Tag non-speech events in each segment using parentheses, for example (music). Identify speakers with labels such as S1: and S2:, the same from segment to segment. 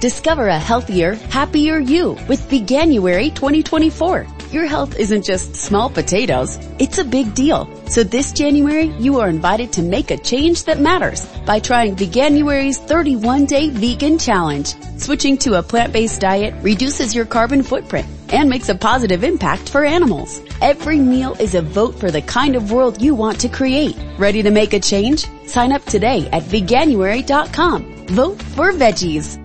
S1: Discover a healthier, happier you with Veganuary 2024. Your health isn't just small potatoes, it's a big deal. So this January, you are invited to make a change that matters by trying Veganuary's 31 day vegan challenge. Switching to a plant-based diet reduces your carbon footprint and makes a positive impact for animals. Every meal is a vote for the kind of world you want to create. Ready to make a change? Sign up today at veganuary.com. Vote for veggies.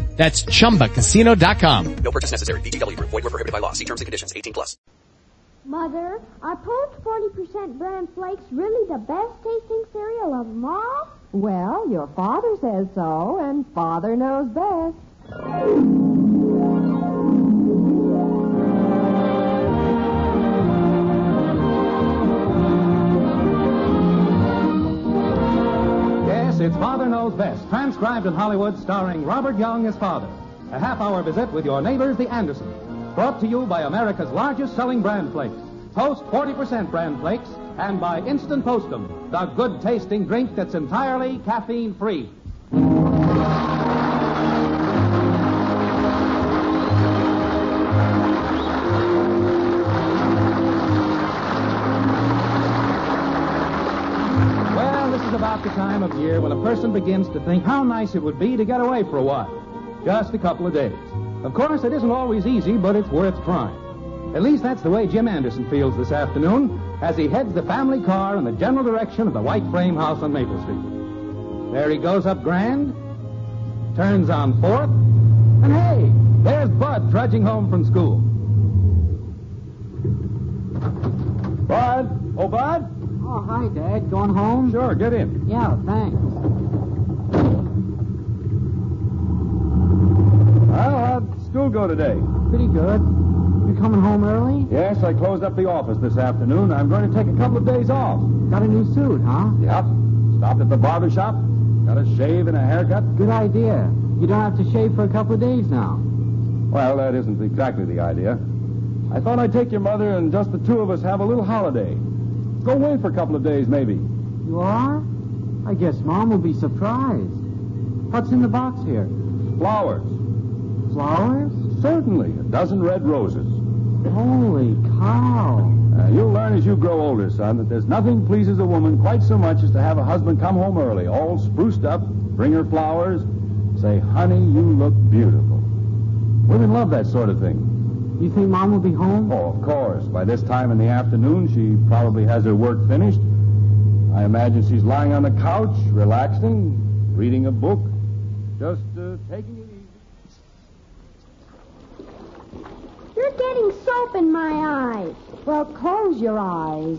S2: That's ChumbaCasino.com.
S3: No purchase necessary. VGW Group. Void were prohibited by law. See terms and conditions. 18 plus.
S4: Mother, are Post 40% bran flakes really the best tasting cereal of them all?
S5: Well, your father says so, and father knows best.
S6: Yes, it's Father Knows Best, transcribed in Hollywood, starring Robert Young as father. A half hour visit with your neighbors, the Andersons. Brought to you by America's largest selling bran flakes, Post 40% bran flakes, and by Instant Postum, the good tasting drink that's entirely caffeine free. Well, this is about the time of year when a person begins to think how nice it would be to get away for a while. Just a couple of days. Of course, it isn't always easy, but it's worth trying. At least that's the way Jim Anderson feels this afternoon as he heads the family car in the general direction of the white frame house on Maple Street. There he goes up Grand, turns on Fourth, and hey, there's Bud trudging home from school. Bud? Oh, Bud?
S7: Oh, hi, Dad. Going home?
S6: Sure, get in.
S7: Yeah, thanks.
S6: Well, how'd school go today?
S7: Pretty good. You coming home early?
S6: Yes, I closed up the office this afternoon. I'm going to take a couple of days off.
S7: Got a new suit, huh?
S6: Yep. Stopped at the barber shop. Got a shave and a haircut.
S7: Good idea. You don't have to shave for a couple of days now.
S6: Well, that isn't exactly the idea. I thought I'd take your mother and just the two of us have a little holiday. Go away for a couple of days, maybe.
S7: You are? I guess Mom will be surprised. What's in the box here?
S6: Flowers.
S7: Flowers?
S6: Certainly, a dozen red roses.
S7: Holy cow.
S6: Uh, you'll learn as you grow older, son, that there's nothing pleases a woman quite so much as to have a husband come home early, all spruced up, bring her flowers, say, honey, you look beautiful. Women love that sort of thing.
S7: You think Mom will be home?
S6: Oh, of course. By this time in the afternoon, she probably has her work finished. I imagine she's lying on the couch, relaxing, reading a book, just uh, taking it easy.
S4: You're getting soap in my eyes.
S5: Well, close your eyes.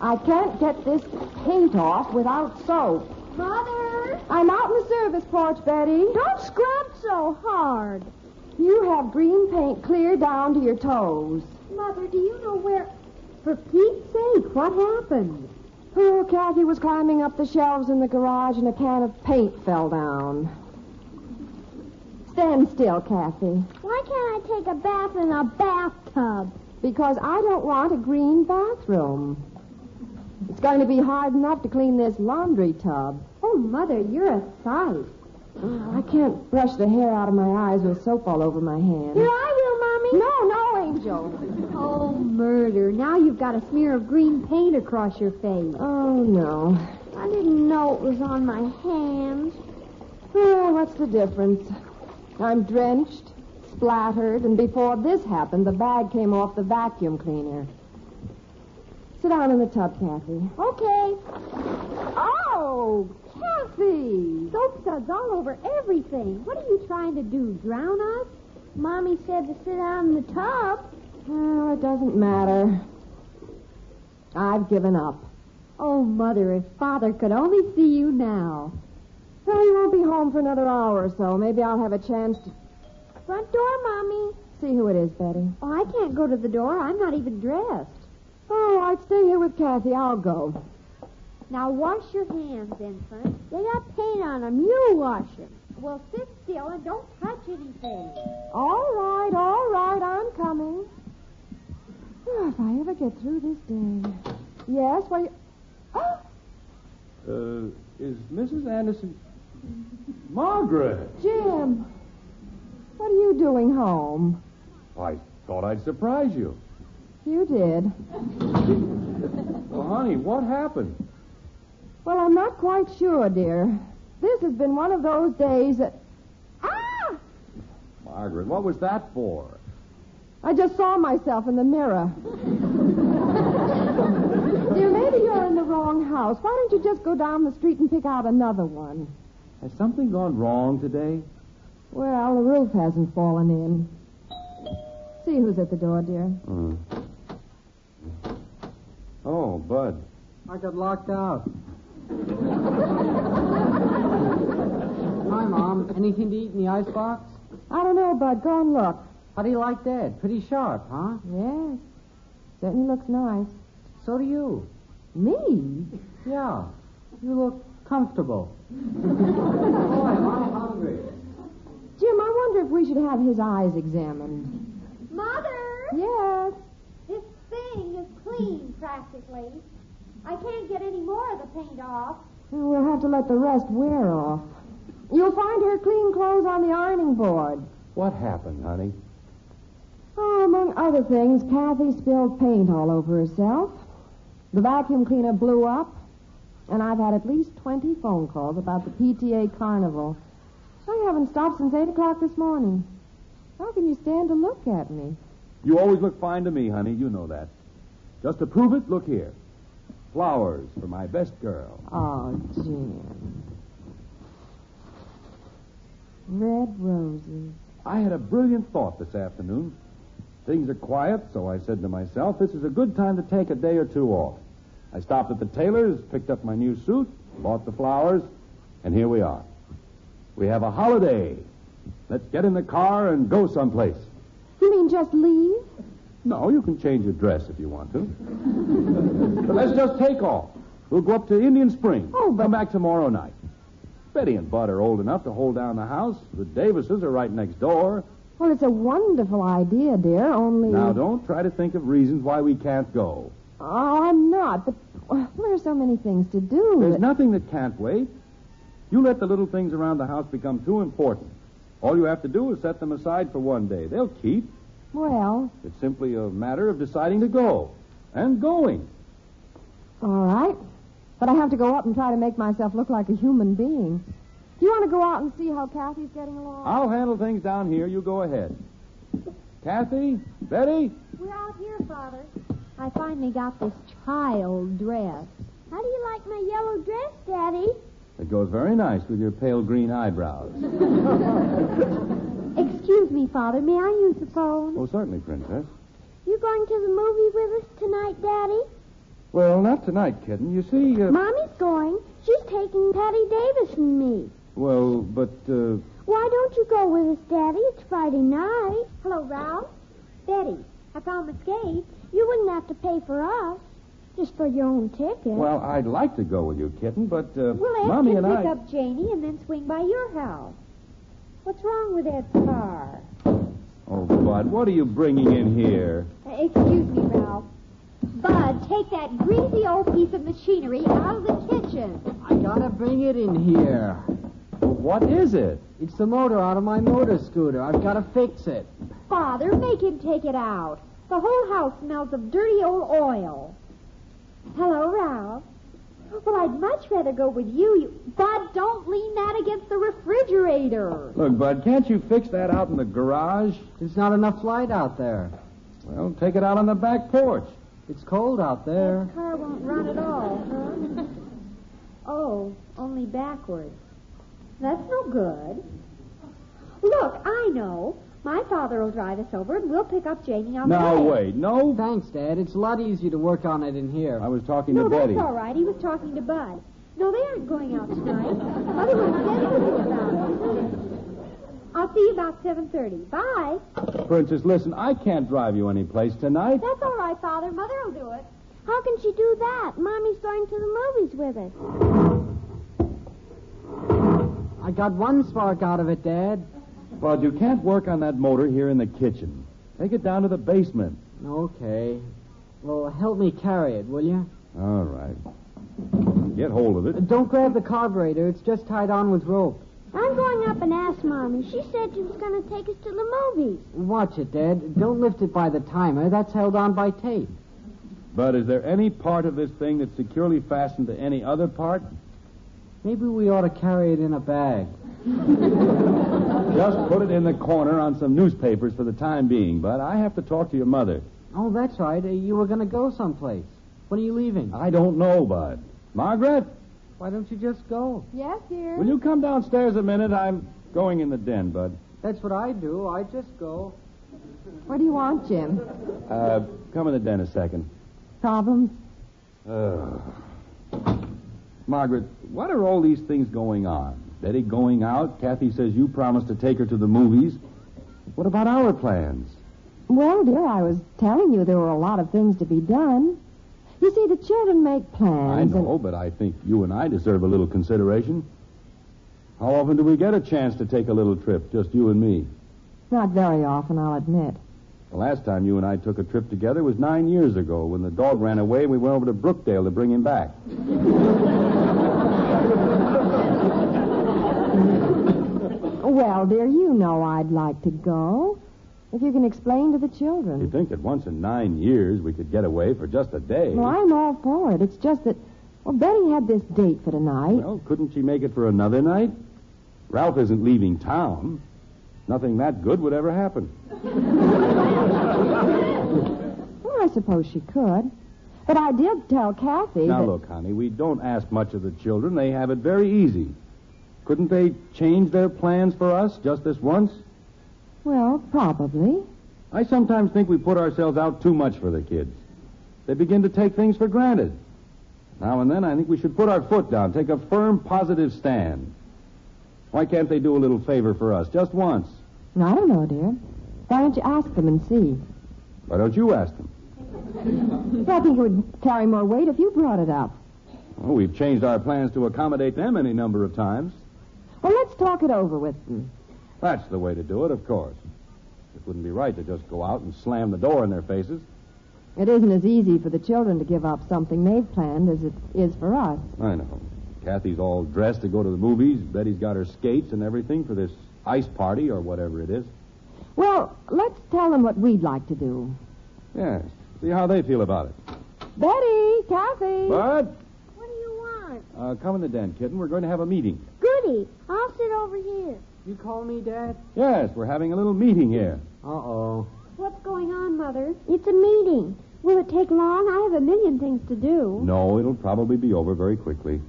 S5: I can't get this paint off without soap.
S4: Mother,
S5: I'm out in the service porch, Betty.
S4: don't scrub so hard.
S5: You have green paint clear down to your toes.
S4: Mother, do you know where... For Pete's sake, what happened?
S5: Poor Kathy was climbing up the shelves in the garage and a can of paint fell down. Stand still, Kathy,
S4: Why can't I take a bath in a bathtub?
S5: because I don't want a green bathroom. It's going to be hard enough to clean this laundry tub.
S4: Oh, Mother, you're a sight.
S5: Oh, I can't brush the hair out of my eyes with soap all over my hands.
S4: Here I will, Mommy.
S5: No, no, Angel.
S4: Oh, murder. Now you've got a smear of green paint across your face.
S5: Oh, no.
S4: I didn't know it was on my hands.
S5: Oh, what's the difference? I'm drenched, splattered, and before this happened, the bag came off the vacuum cleaner. Sit down in the tub, Kathy.
S4: Okay.
S5: Oh, Kathy!
S4: Soap suds all over everything. What are you trying to do, drown us? Mommy said to sit down in the tub.
S5: Well, it doesn't matter. I've given up.
S4: Oh, Mother, if Father could only see you now.
S5: Well, he won't be home for another hour or so. Maybe I'll have a chance to.
S4: Front door, Mommy.
S5: see who it is, Betty.
S4: Oh, I can't go to the door. I'm not even dressed.
S5: Oh, I'd stay here with Kathy. I'll go.
S4: Now wash your hands, infant. They got paint on them. You wash them. Well, sit still and don't touch anything.
S5: All right, all right, I'm coming. Oh, if I ever get through this day. Yes, well, you...
S6: Uh, is Mrs. Anderson. Margaret!
S5: Jim, what are you doing home?
S6: I thought I'd surprise you.
S5: You did.
S6: Well, honey, what happened?
S5: Well, I'm not quite sure, dear. This has been one of those days that. Ah!
S6: Margaret, what was that for?
S5: I just saw myself in the mirror. dear, maybe you're in the wrong house. Why don't you just go down the street and pick out another one?
S6: Has something gone wrong today?
S5: Well, the roof hasn't fallen in. See who's at the door, dear.
S6: Oh, Bud.
S7: I got locked out. Hi, Mom. Anything to eat in the icebox?
S5: I don't know, Bud. Go and look.
S7: How do you like that? Pretty sharp, huh?
S5: Yes. Certainly looks nice.
S7: So do you.
S5: Me?
S7: Yeah. You look comfortable. Boy, am I hungry.
S5: Jim, I wonder if we should have his eyes examined.
S4: Mother!
S5: Yes.
S4: This thing is clean, practically. I can't get any more of the paint off.
S5: We'll have to let the rest wear off. You'll find her clean clothes on the ironing board.
S6: What happened, honey?
S5: Oh, among other things, Kathy spilled paint all over herself. The vacuum cleaner blew up, and I've had at least 20 phone calls about the PTA carnival. I haven't stopped since 8 o'clock this morning. How can you stand to look at me?
S6: You always look fine to me, honey. You know that. Just to prove it, look here. Flowers for my best girl.
S5: Oh, Jim. Red roses.
S6: I had a brilliant thought this afternoon. Things are quiet, so I said to myself, this is a good time to take a day or two off. I stopped at the tailor's, picked up my new suit, bought the flowers, and here we are. We have a holiday. Let's get in the car and go someplace.
S5: You mean just leave?
S6: No, you can change your dress if you want to. but let's just take off. We'll go up to Indian Springs.
S5: Oh, but-
S6: Come back tomorrow night. Betty and Bud are old enough to hold down the house. The Davises are right next door.
S5: Well, it's a wonderful idea, dear, only.
S6: Now, don't try to think of reasons why we can't go.
S5: Oh, I'm not, but well, there are so many things to do.
S6: There's
S5: that-
S6: nothing that can't wait. You let the little things around the house become too important. All you have to do is set them aside for one day. They'll keep.
S5: Well,
S6: It's simply a matter of deciding to go. And going.
S5: all right. But I have to go up and try to make myself look like a human being. Do you want to go out and see how Kathy's getting along?
S6: I'll handle things down here. You go ahead. Kathy? Betty?
S4: We're out here, Father.
S8: I finally got this child dress.
S4: How do you like my yellow dress, Daddy?
S6: It goes very nice with your pale green (laughs) eyebrows.
S8: Excuse me, Father. May I use the phone?
S6: Oh, certainly, Princess.
S4: You going to the movie with us tonight, Daddy?
S6: Well, not tonight, kitten. You see, uh,
S4: Mommy's going. She's taking Patty Davis and me.
S6: well, but uh,
S4: Why don't you go with us, Daddy? It's Friday night. Hello, Ralph. Betty, I found the skate. You wouldn't have to pay for us, just for your own ticket.
S6: well, I'd like to go with you, kitten, but uh,
S4: Well, Ed
S6: mommy
S4: can
S6: and
S4: pick
S6: I.
S4: up Janie and then swing by your house. What's wrong with Ed's car?
S6: Oh, Bud, what are you bringing in here?
S4: Uh, excuse me, Ralph. Bud, take that greasy old piece of machinery out of the kitchen.
S7: I gotta bring it in here.
S6: What is it?
S7: It's the motor out of my motor scooter. I've gotta fix it.
S4: Father, make him take it out. The whole house smells of dirty old oil. Hello, Ralph. Well, I'd much rather go with you. you... Bud, don't lean that against the refrigerator.
S6: Look, Bud, can't you fix that out in the garage?
S7: There's not enough light out there.
S6: Well, take it out on the back porch.
S7: It's cold out there.
S4: Car won't run at all, huh? oh, only backwards. That's no good. Look, I know. My father will drive us over, and we'll pick up Janie on the
S6: Now,
S4: way.
S6: wait, no.
S7: Thanks, Dad. It's a lot easier to work on it in here.
S6: I was talking
S4: No,
S6: to
S4: that's
S6: Betty.
S4: all right. He was talking to Bud. No, they aren't going out tonight. Mother was dead about it. I'll see you about 7.30. Bye.
S6: Princess, listen, I can't drive you anyplace tonight.
S4: That's all right, Father. Mother will do it.
S8: How can she do that? Mommy's going to the movies with us.
S7: I got one spark out of it, Dad.
S6: Bud, you can't work on that motor here in the kitchen. Take it down to the basement.
S7: Okay. Well, help me carry it, will you?
S6: All right. Get hold of
S7: Uh,
S6: it.
S7: Don't grab the carburetor. It's just tied on with rope.
S8: I'm going up and ask Mommy. She said she was going to take us to the movies.
S7: Watch it, Dad. Don't lift it by the timer. That's held on by tape.
S6: Bud, is there any part of this thing that's securely fastened to any other part?
S7: Maybe we ought to carry it in a bag.
S6: Just put it in the corner on some newspapers for the time being, Bud. I have to talk to your mother.
S7: Oh, that's right. Uh, You were going to go someplace. When are you leaving?
S6: I don't know, Bud. Margaret,
S7: Why don't you just go?
S4: Yes, dear.
S6: will you come downstairs a minute? I'm going in the den, Bud.
S7: That's what I do. I just go.
S5: What do you want, Jim?
S6: Uh, come in the den a second.
S5: Problems?
S6: Ugh. Margaret, what are all these things going on? Betty going out. Kathy says you promised to take her to the movies. What about our plans?
S5: Well, dear, I was telling you there were a lot of things to be done. You see, the children make plans.
S6: I
S5: and-
S6: know, but I think you and I deserve a little consideration. How often do we get a chance to take a little trip, just you and me?
S5: Not very often, I'll admit.
S6: The last time you and I took a trip together was nine years ago when the dog ran away. We went over to Brookdale to bring him back.
S5: Well, dear, you know I'd like to go. If you can explain to the
S6: You
S5: children.
S6: think that once in nine years we could get away for just a day?
S5: Well, I'm all for it. It's just that, well, Betty had this date for tonight.
S6: Well, couldn't she make it for another night? Ralph isn't leaving town. Nothing that good would ever happen.
S5: Well, I suppose she could. But I did tell Kathy
S6: Now,
S5: that...
S6: look, honey, we don't ask much of the children. They have it very easy. Couldn't they change their plans for us just this once?
S5: Well, probably.
S6: I sometimes think we put ourselves out too much for the kids. They begin to take things for granted. Now and then, I think we should put our foot down, take a firm, positive stand. Why can't they do a little favor for us just once?
S5: I don't know, dear. Why don't you ask them and see?
S6: Why don't you ask them?
S5: Well, I think it would carry more weight if you brought it up.
S6: Well, we've changed our plans to accommodate them any number of times.
S5: Well, let's talk it over with them.
S6: That's the way to do it, of course. It wouldn't be right to just go out and slam the door in their faces.
S5: It isn't as easy for the children to give up something they've planned as it is for us.
S6: I know. Kathy's all dressed to go to the movies. Betty's got her skates and everything for this ice party or whatever it is.
S5: Well, let's tell them what we'd like to do.
S6: Yes. See how they feel about it.
S5: Betty, Kathy.
S6: Bud,
S8: What do you want?
S6: uh, come in the den, kitten. We're going to have a meeting.
S8: Goody, I'll sit over here.
S7: You call me, Dad?
S6: Yes, we're having a little meeting here.
S7: Uh-oh.
S4: What's going on, Mother?
S8: It's a meeting. Will it take long? I have a million things to do.
S6: No, it'll probably be over very quickly.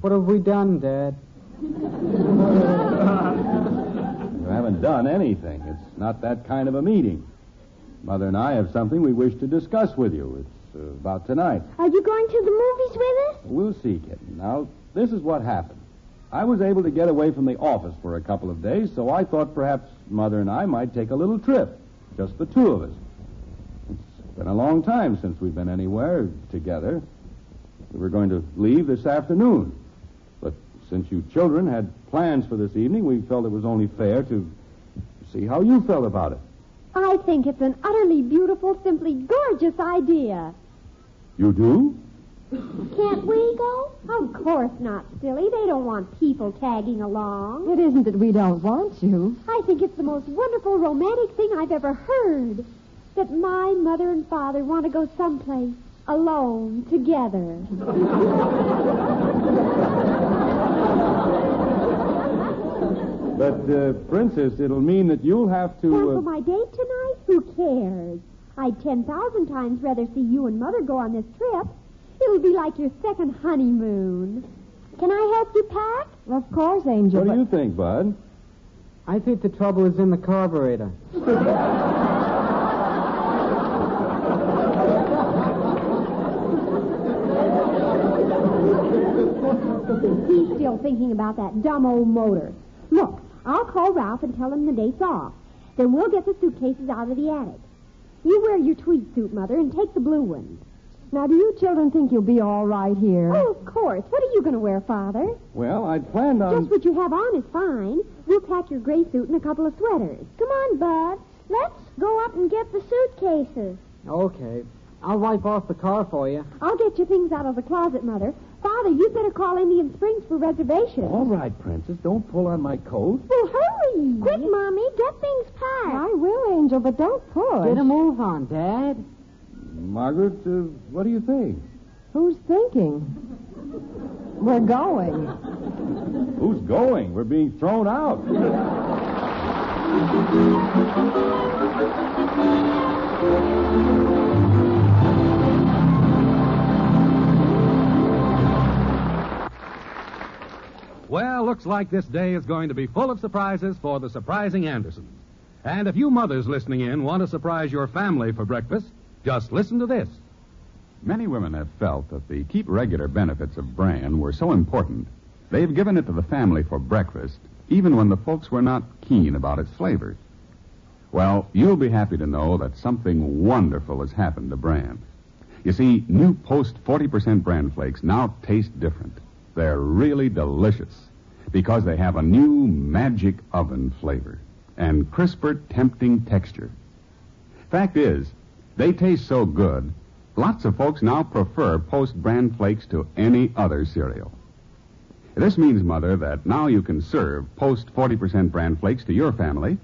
S7: What have we done, Dad?
S6: You haven't done anything. It's not that kind of a meeting. Mother and I have something we wish to discuss with you. It's uh, about tonight.
S8: Are you going to the movies with us?
S6: We'll see, kitten. Now, this is what happened. I was able to get away from the office for a couple of days, so I thought perhaps Mother and I might take a little trip, just the two of us. It's been a long time since we've been anywhere together. We were going to leave this afternoon, but since you children had plans for this evening, we felt it was only fair to see how you felt about it.
S4: I think it's an utterly beautiful, simply gorgeous idea.
S6: You do?
S4: Can't we go? Of course not, silly. They don't want people tagging along.
S5: It isn't that we don't want you.
S4: I think it's the most wonderful romantic thing I've ever heard. That my mother and father want to go someplace alone together.
S6: But, uh, Princess, it'll mean that you'll have to. uh,
S4: Cancel my date tonight? Who cares? I'd 10,000 times rather see you and Mother go on this trip. It'll be like your second honeymoon. Can I help you pack?
S5: Of course, Angel.
S6: what do
S5: but
S6: you think, Bud?
S7: I think the trouble is in the carburetor.
S4: He's still thinking about that dumb old motor. Look, I'll call Ralph and tell him the date's off. Then we'll get the suitcases out of the attic. You wear your tweed suit, Mother, and take the blue one.
S5: Now, do you children think you'll be all right here?
S4: Oh, of course. What are you going to wear, Father?
S2: Well, I'd planned
S6: Um,
S2: on.
S4: Just what you have on is fine. We'll pack your gray suit and a couple of sweaters.
S9: Come on, Bud. Let's go up and get the suitcases.
S7: Okay. I'll wipe off the car for you.
S4: I'll get your things out of the closet, Mother. Father, you'd better call Indian Springs for reservations.
S2: All right, Princess, don't pull on my coat.
S4: Well, hurry.
S9: Quick, Mommy, get things packed.
S5: I will, Angel, but don't push.
S7: Get a move on, Dad.
S2: Margaret, uh, what do you think?
S5: Who's thinking? We're going.
S2: Who's going? We're being thrown out. Well, looks like this day is going to be full of surprises for the surprising Andersons. And if you mothers listening in want to surprise your family for breakfast, just listen to this.
S6: Many women have felt that the keep regular benefits of bran were so important, they've given it to the family for breakfast, even when the folks were not keen about its flavor. Well, you'll be happy to know that something wonderful has happened to bran. You see, new post 40% bran flakes now taste different. They're really delicious because they have a new magic oven flavor and crisper, tempting texture. Fact is, they taste so good, lots of folks now prefer Post Bran Flakes to any other cereal. This means, Mother, that now you can serve Post 40% Bran Flakes to your family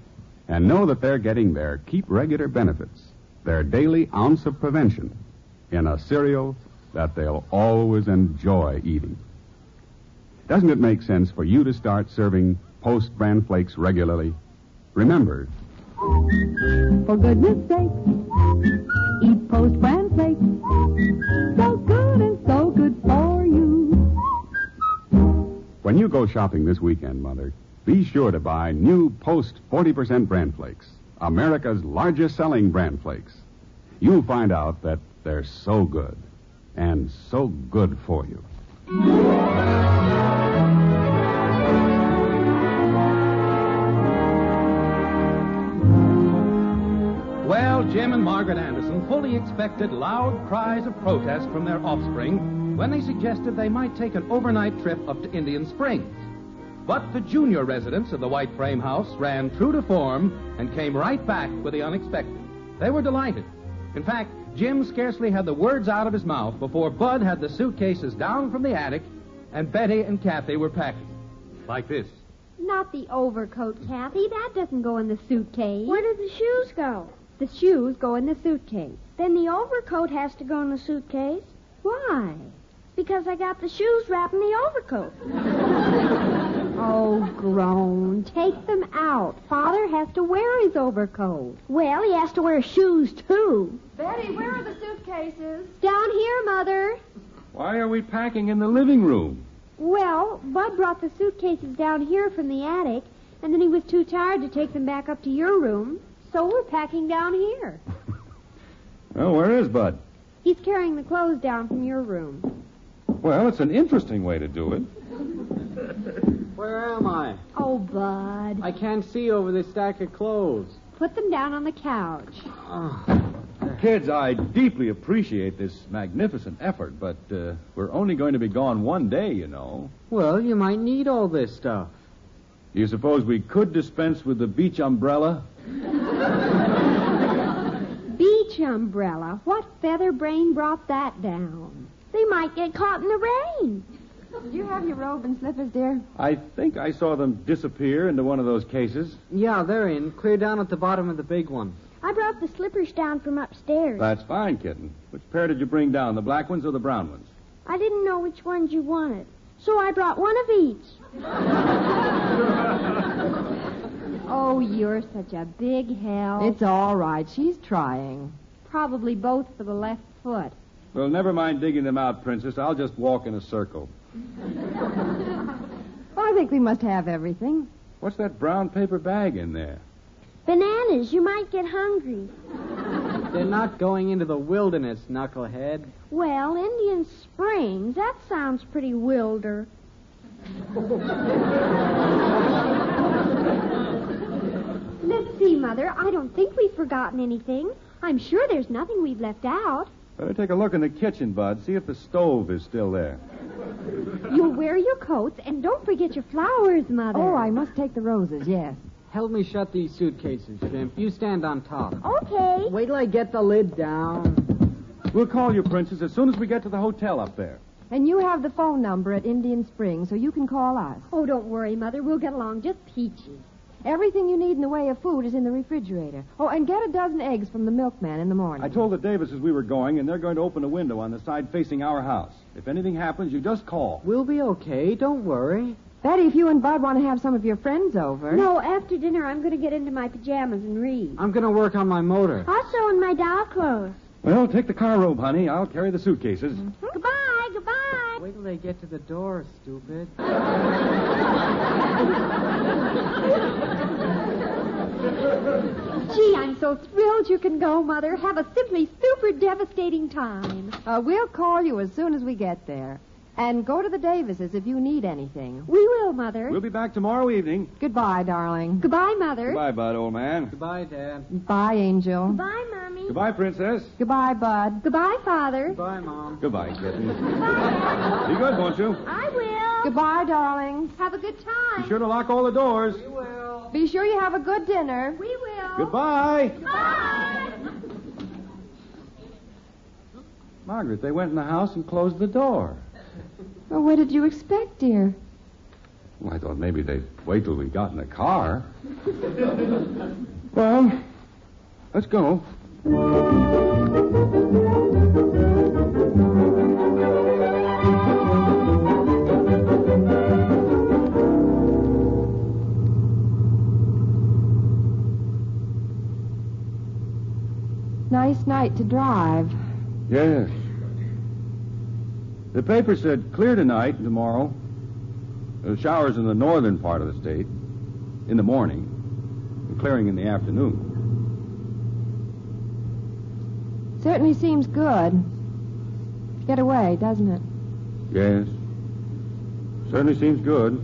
S6: and know that they're getting their keep regular benefits, their daily ounce of prevention, in a cereal that they'll always enjoy eating. Doesn't it make sense for you to start serving Post Bran Flakes regularly? Remember,
S5: For goodness sake, eat Post Bran Flakes. So good and so good for you.
S6: When you go shopping this weekend, Mother, be sure to buy new Post 40% Bran Flakes, America's largest selling Bran Flakes. You'll find out that they're so good and so good for you.
S2: Well, Jim and Margaret Anderson fully expected loud cries of protest from their offspring when they suggested they might take an overnight trip up to Indian Springs. But the junior residents of the White Frame House ran true to form and came right back with the unexpected. They were delighted. In fact, Jim scarcely had the words out of his mouth before Bud had the suitcases down from the attic and Betty and Kathy were packing. Like this.
S4: Not the overcoat, Kathy. That doesn't go in the suitcase.
S9: Where did the shoes go?
S4: The shoes go in the suitcase.
S9: Then the overcoat has to go in the suitcase
S4: Why?
S9: because I got the shoes wrapping the overcoat.
S4: (laughs) Oh, groan. Take them out. Father has to wear his overcoat.
S9: Well, he has to wear shoes too.
S5: Betty, where are the suitcases?
S4: Down here, Mother.
S2: Why are we packing in the living room?
S4: Well, Bud brought the suitcases down here from the attic, and then he was too tired to take them back up to your room, so we're packing down here.
S6: Oh,
S2: Well, where is Bud?
S4: He's carrying the clothes down from your room.
S2: Well, it's an interesting way to do it.
S7: Where am I?
S4: Oh, Bud.
S7: I can't see over this stack of clothes.
S4: Put them down on the couch.
S6: Kids, I deeply appreciate this magnificent effort, but uh, we're only going to be gone one day, you know.
S7: Well, you might need all this stuff.
S6: Do you suppose we could dispense with the beach umbrella?
S4: Beach umbrella. What feather brain brought that down?
S9: They might get caught in the rain.
S5: Do you have your robe and slippers, dear?
S6: I think I saw them disappear into one of those cases.
S7: Yeah, they're in. Clear down at the bottom of the big one.
S9: I brought the slippers down from upstairs.
S6: That's fine, kitten. Which pair did you bring down, the black ones or the brown ones?
S9: I didn't know which ones you wanted, so I brought one of each.
S4: (laughs) Oh, you're such a big help.
S5: It's all right. She's trying.
S4: probably both for the left foot.
S6: Well, never mind digging them out, Princess. I'll just walk in a circle.
S5: Well, I think we must have everything.
S6: What's that brown paper bag in there?
S9: Bananas, you might get hungry.
S7: They're not going into the wilderness, knucklehead.
S9: Well, Indian Springs,
S4: (laughs)
S9: that sounds pretty wilder.
S4: Let's see, Mother. I don't think we've forgotten anything. I'm sure there's nothing we've left out.
S6: Better take a look in the kitchen, Bud. See if the stove is still there.
S4: You'll wear your coats and don't forget your flowers, Mother.
S5: Oh, I must take the roses, yes.
S7: Help me shut these suitcases, Shrimp. You stand on top.
S4: Okay.
S10: Wait till I get the lid down.
S6: We'll call you, Princess, as soon as we get to the hotel up there.
S5: And you have the phone number at Indian Springs, so you can call us.
S4: Oh, don't worry, Mother. We'll get along just peachy.
S5: Everything you need in the way of food is in the refrigerator. Oh, and get a dozen eggs from the milkman in the morning.
S6: I told the Davises we were going, and they're going to open a window on the side facing our house. If anything happens, you just call.
S7: We'll be okay. Don't worry.
S5: Betty, if you and Bud want to have some of your friends over.
S4: No, after dinner, I'm going to get into my pajamas and read.
S7: I'm going to work on my motor.
S11: Also in my doll clothes.
S6: Well, take the car robe, honey. I'll carry the suitcases.
S4: Mm-hmm.
S11: Goodbye, goodbye.
S7: Wait till they get to the door, stupid.
S4: Gee, I'm so thrilled you can go, Mother. Have a simply super devastating time.
S5: Uh, we'll call you as soon as we get there. And go to the Davises if you need anything.
S4: We will, Mother.
S6: We'll be back tomorrow evening.
S5: Goodbye, darling.
S4: Goodbye, Mother.
S6: Goodbye, Bud, old man.
S7: Goodbye, Dad.
S5: Bye, Angel.
S11: Bye, Mommy.
S6: Goodbye, Princess.
S5: Goodbye, Bud.
S4: Goodbye, Father.
S7: Bye, Mom.
S6: Goodbye, kitten. Be good, won't you?
S11: I will.
S5: Goodbye, darling.
S4: Have a good time.
S6: Be sure to lock all the doors.
S5: Be sure you have a good dinner.
S11: We will.
S6: Goodbye.
S11: Bye.
S6: Margaret, they went in the house and closed the door.
S5: Well, what did you expect, dear?
S6: Well, I thought maybe they'd wait till we got in the car. (laughs) well, let's go.
S5: Nice night to drive.
S6: Yes. The paper said clear tonight and tomorrow. Uh, showers in the northern part of the state in the morning, and clearing in the afternoon.
S5: Certainly seems good. Get away, doesn't it?
S6: Yes. Certainly seems good.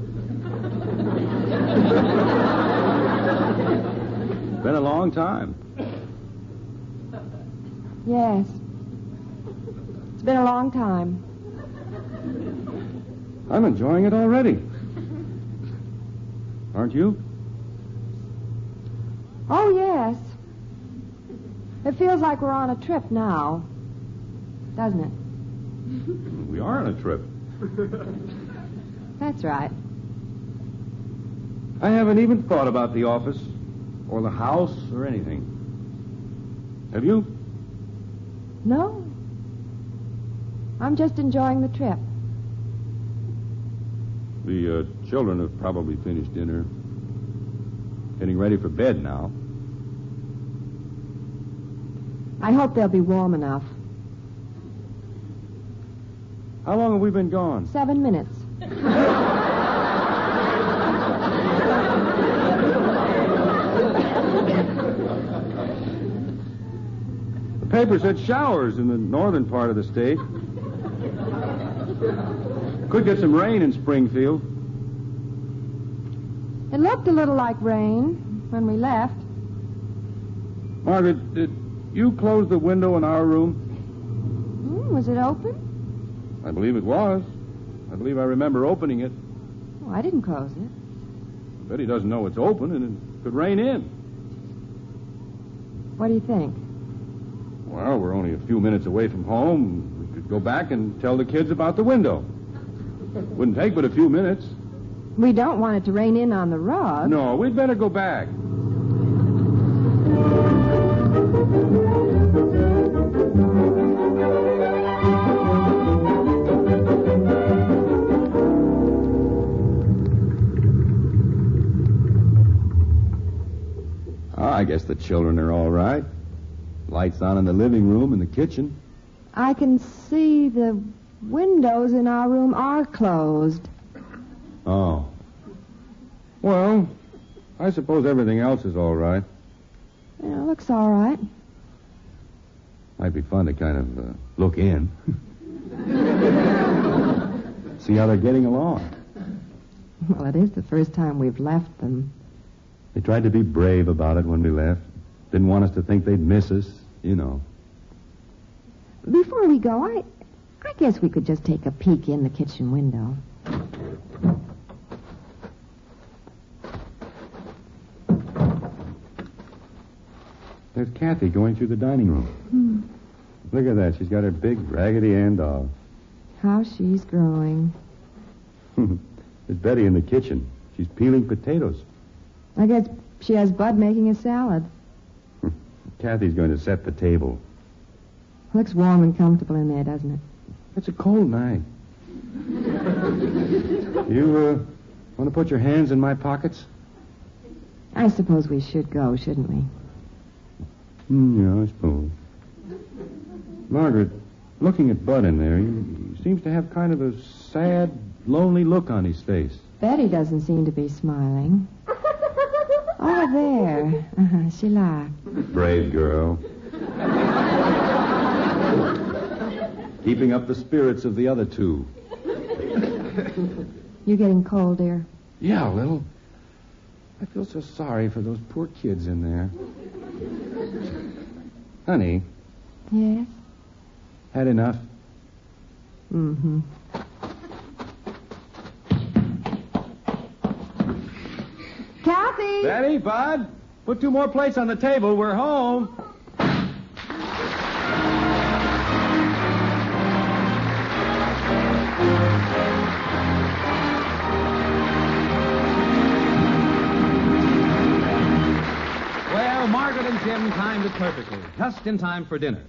S6: Been a long time.
S5: Yes. It's been a long time.
S6: I'm enjoying it already. Aren't you?
S5: Oh, yes. It feels like we're on a trip now, doesn't it?
S6: We are on a trip.
S5: That's right.
S6: I haven't even thought about the office or the house or anything. Have you?
S5: No. I'm just enjoying the trip.
S6: The uh, children have probably finished dinner. Getting ready for bed now.
S5: I hope they'll be warm enough.
S6: How long have we been gone?
S5: Seven minutes.
S6: The paper said showers in the northern part of the state. Could get some rain in Springfield.
S5: It looked a little like rain when we left.
S6: Margaret, did you close the window in our room?
S5: Hmm, was it open?
S6: I believe it was. I believe I remember opening it.
S5: Oh, I didn't close it.
S6: Betty doesn't know it's open, and it could rain in.
S5: What do you think?
S6: Well, we're only a few minutes away from home. We could go back and tell the kids about the window. Wouldn't take but a few minutes.
S5: We don't want it to rain in on the rug.
S6: No, we'd better go back. Ah, I guess the children are all right. Lights on in the living room and the kitchen.
S5: I can see the windows in our room are closed.
S6: Oh. Well, I suppose everything else is all right.
S5: Yeah, looks all right. (laughs)
S6: Might be fun to kind of uh,
S12: (laughs)
S6: look in. See how they're getting along.
S5: Well, it is the first time we've left them.
S12: They tried to be brave about it when we left. Didn't want us to think they'd miss us, you know.
S5: Before we go, I, I guess we could just take a peek in the kitchen window.
S12: There's Kathy going through the dining room.
S5: Hmm.
S12: Look at that. She's got her big raggedy Ann doll.
S5: How she's growing.
S12: There's Betty in the kitchen. She's peeling potatoes.
S5: I guess she has Bud making a salad.
S12: Kathy's going to set the table.
S5: Looks warm and comfortable in there, doesn't it?
S12: It's a cold night. You uh, want to put your hands in my pockets?
S5: I suppose we should go, shouldn't we?
S12: Mm, yeah, I suppose. Margaret, looking at Bud in there, he, he seems to have kind of a sad, lonely look on his face.
S5: Betty doesn't seem to be (laughs) smiling. Oh, there. Uh-huh, she laughed.
S12: Brave girl. Keeping up the spirits of the other two.
S5: You're getting cold, dear.
S12: Yeah, a little. I feel so sorry for those poor kids in there. Honey,
S5: Yes?
S12: had enough?
S5: Mm-hmm. Kathy!
S6: Betty, Bud, put two more plates on the table. We're home. Well, Margaret and Jim timed it perfectly, just in time for dinner.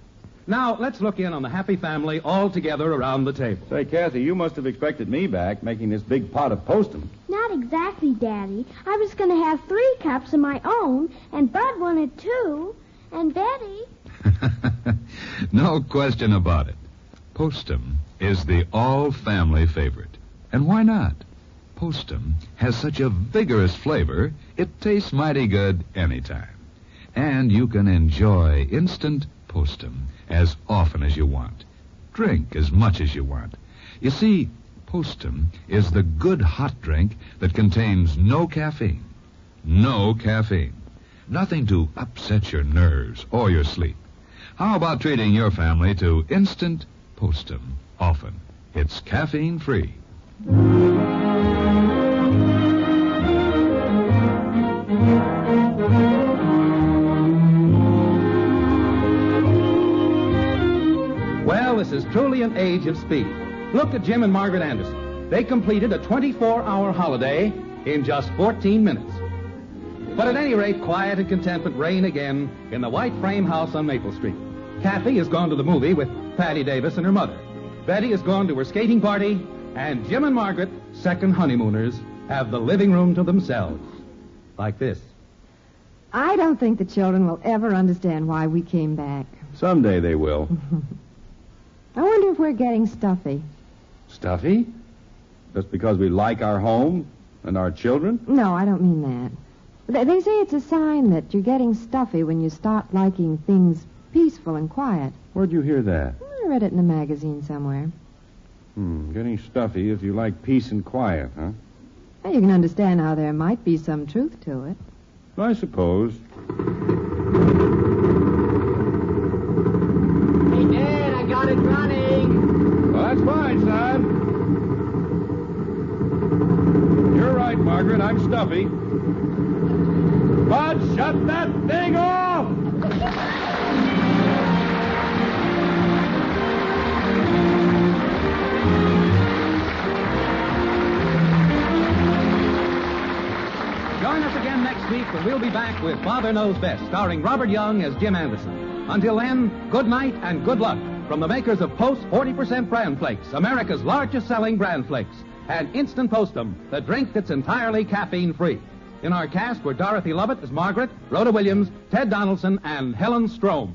S6: Now, let's look in on the happy family all together around the table.
S12: Say, Kathy, you must have expected me back making this big pot of postum.
S8: Not exactly, Daddy. I was going to have three cups of my own, and Bud wanted two, and Betty.
S13: No question about it. Postum is the all family favorite. And why not? Postum has such a vigorous flavor, it tastes mighty good anytime. And you can enjoy instant Postum as often as you want. Drink as much as you want. You see, Postum is the good hot drink that contains no caffeine. No caffeine. Nothing to upset your nerves or your sleep. How about treating your family to instant postum often? It's caffeine free.
S6: Well, this is truly an age of speed. Look at Jim and Margaret Anderson. They completed a 24 hour holiday in just 14 minutes. But at any rate, quiet and contentment reign again in the white frame house on Maple Street. Kathy has gone to the movie with Patty Davis and her mother. Betty has gone to her skating party. And Jim and Margaret, second honeymooners, have the living room to themselves. Like this.
S5: I don't think the children will ever understand why we came back.
S12: Someday they will.
S5: I wonder if we're getting stuffy.
S12: Stuffy? Just because we like our home and our children?
S5: No, I don't mean that. They, they say it's a sign that you're getting stuffy when you start liking things peaceful and quiet.
S12: Where'd you hear that?
S5: I read it in a magazine somewhere.
S12: Hmm, getting stuffy if you like peace and quiet, huh?
S5: Now you can understand how there might be some truth to it.
S12: I suppose.
S14: Hey, Dad, I got it running.
S12: Well, that's fine, son. You're right, Margaret. I'm stuffy. Bud, shut that thing off!
S6: Join us again next week when we'll be back with Father Knows Best, starring Robert Young as Jim Anderson. Until then, good night and good luck from the makers of Post 40% Bran Flakes, America's largest selling Bran Flakes, and Instant Postum, the drink that's entirely caffeine free. In our cast were Dorothy Lovett as Margaret, Rhoda Williams, Ted Donaldson, and Helen Strome.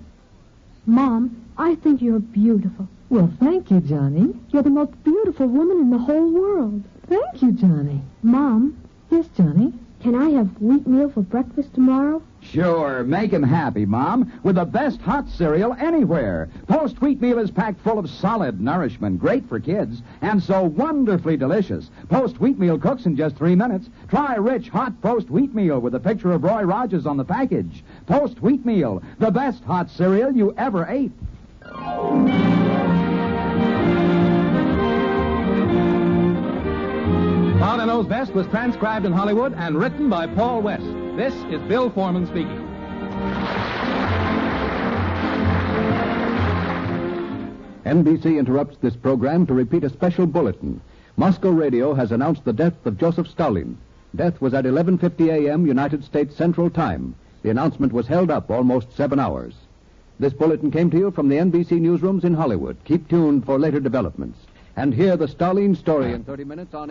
S15: Mom, I think you're beautiful.
S16: Well, thank you, Johnny.
S15: You're the most beautiful woman in the whole world.
S16: Thank you, Johnny.
S15: Mom,
S16: Yes, Johnny.
S17: Can I have wheatmeal for breakfast tomorrow?
S18: Sure, make him happy, Mom, with the best hot cereal anywhere. Post Wheat Meal is packed full of solid nourishment, great for kids, and so wonderfully delicious. Post Wheat Meal cooks in just three minutes. Try rich, hot Post Wheat Meal with a picture of Roy Rogers on the package. Post Wheat Meal, the best hot cereal you ever ate.
S19: Father Knows Best was transcribed in Hollywood and written by Paul West. This is Bill Foreman speaking.
S6: NBC interrupts this program to repeat a special bulletin. Moscow Radio has announced the death of Joseph Stalin. Death was at 11:50 a.m. United States Central Time. The announcement was held up almost 7 hours. This bulletin came to you from the NBC newsrooms in Hollywood. Keep tuned for later developments. And hear the Stalin story in 30 minutes on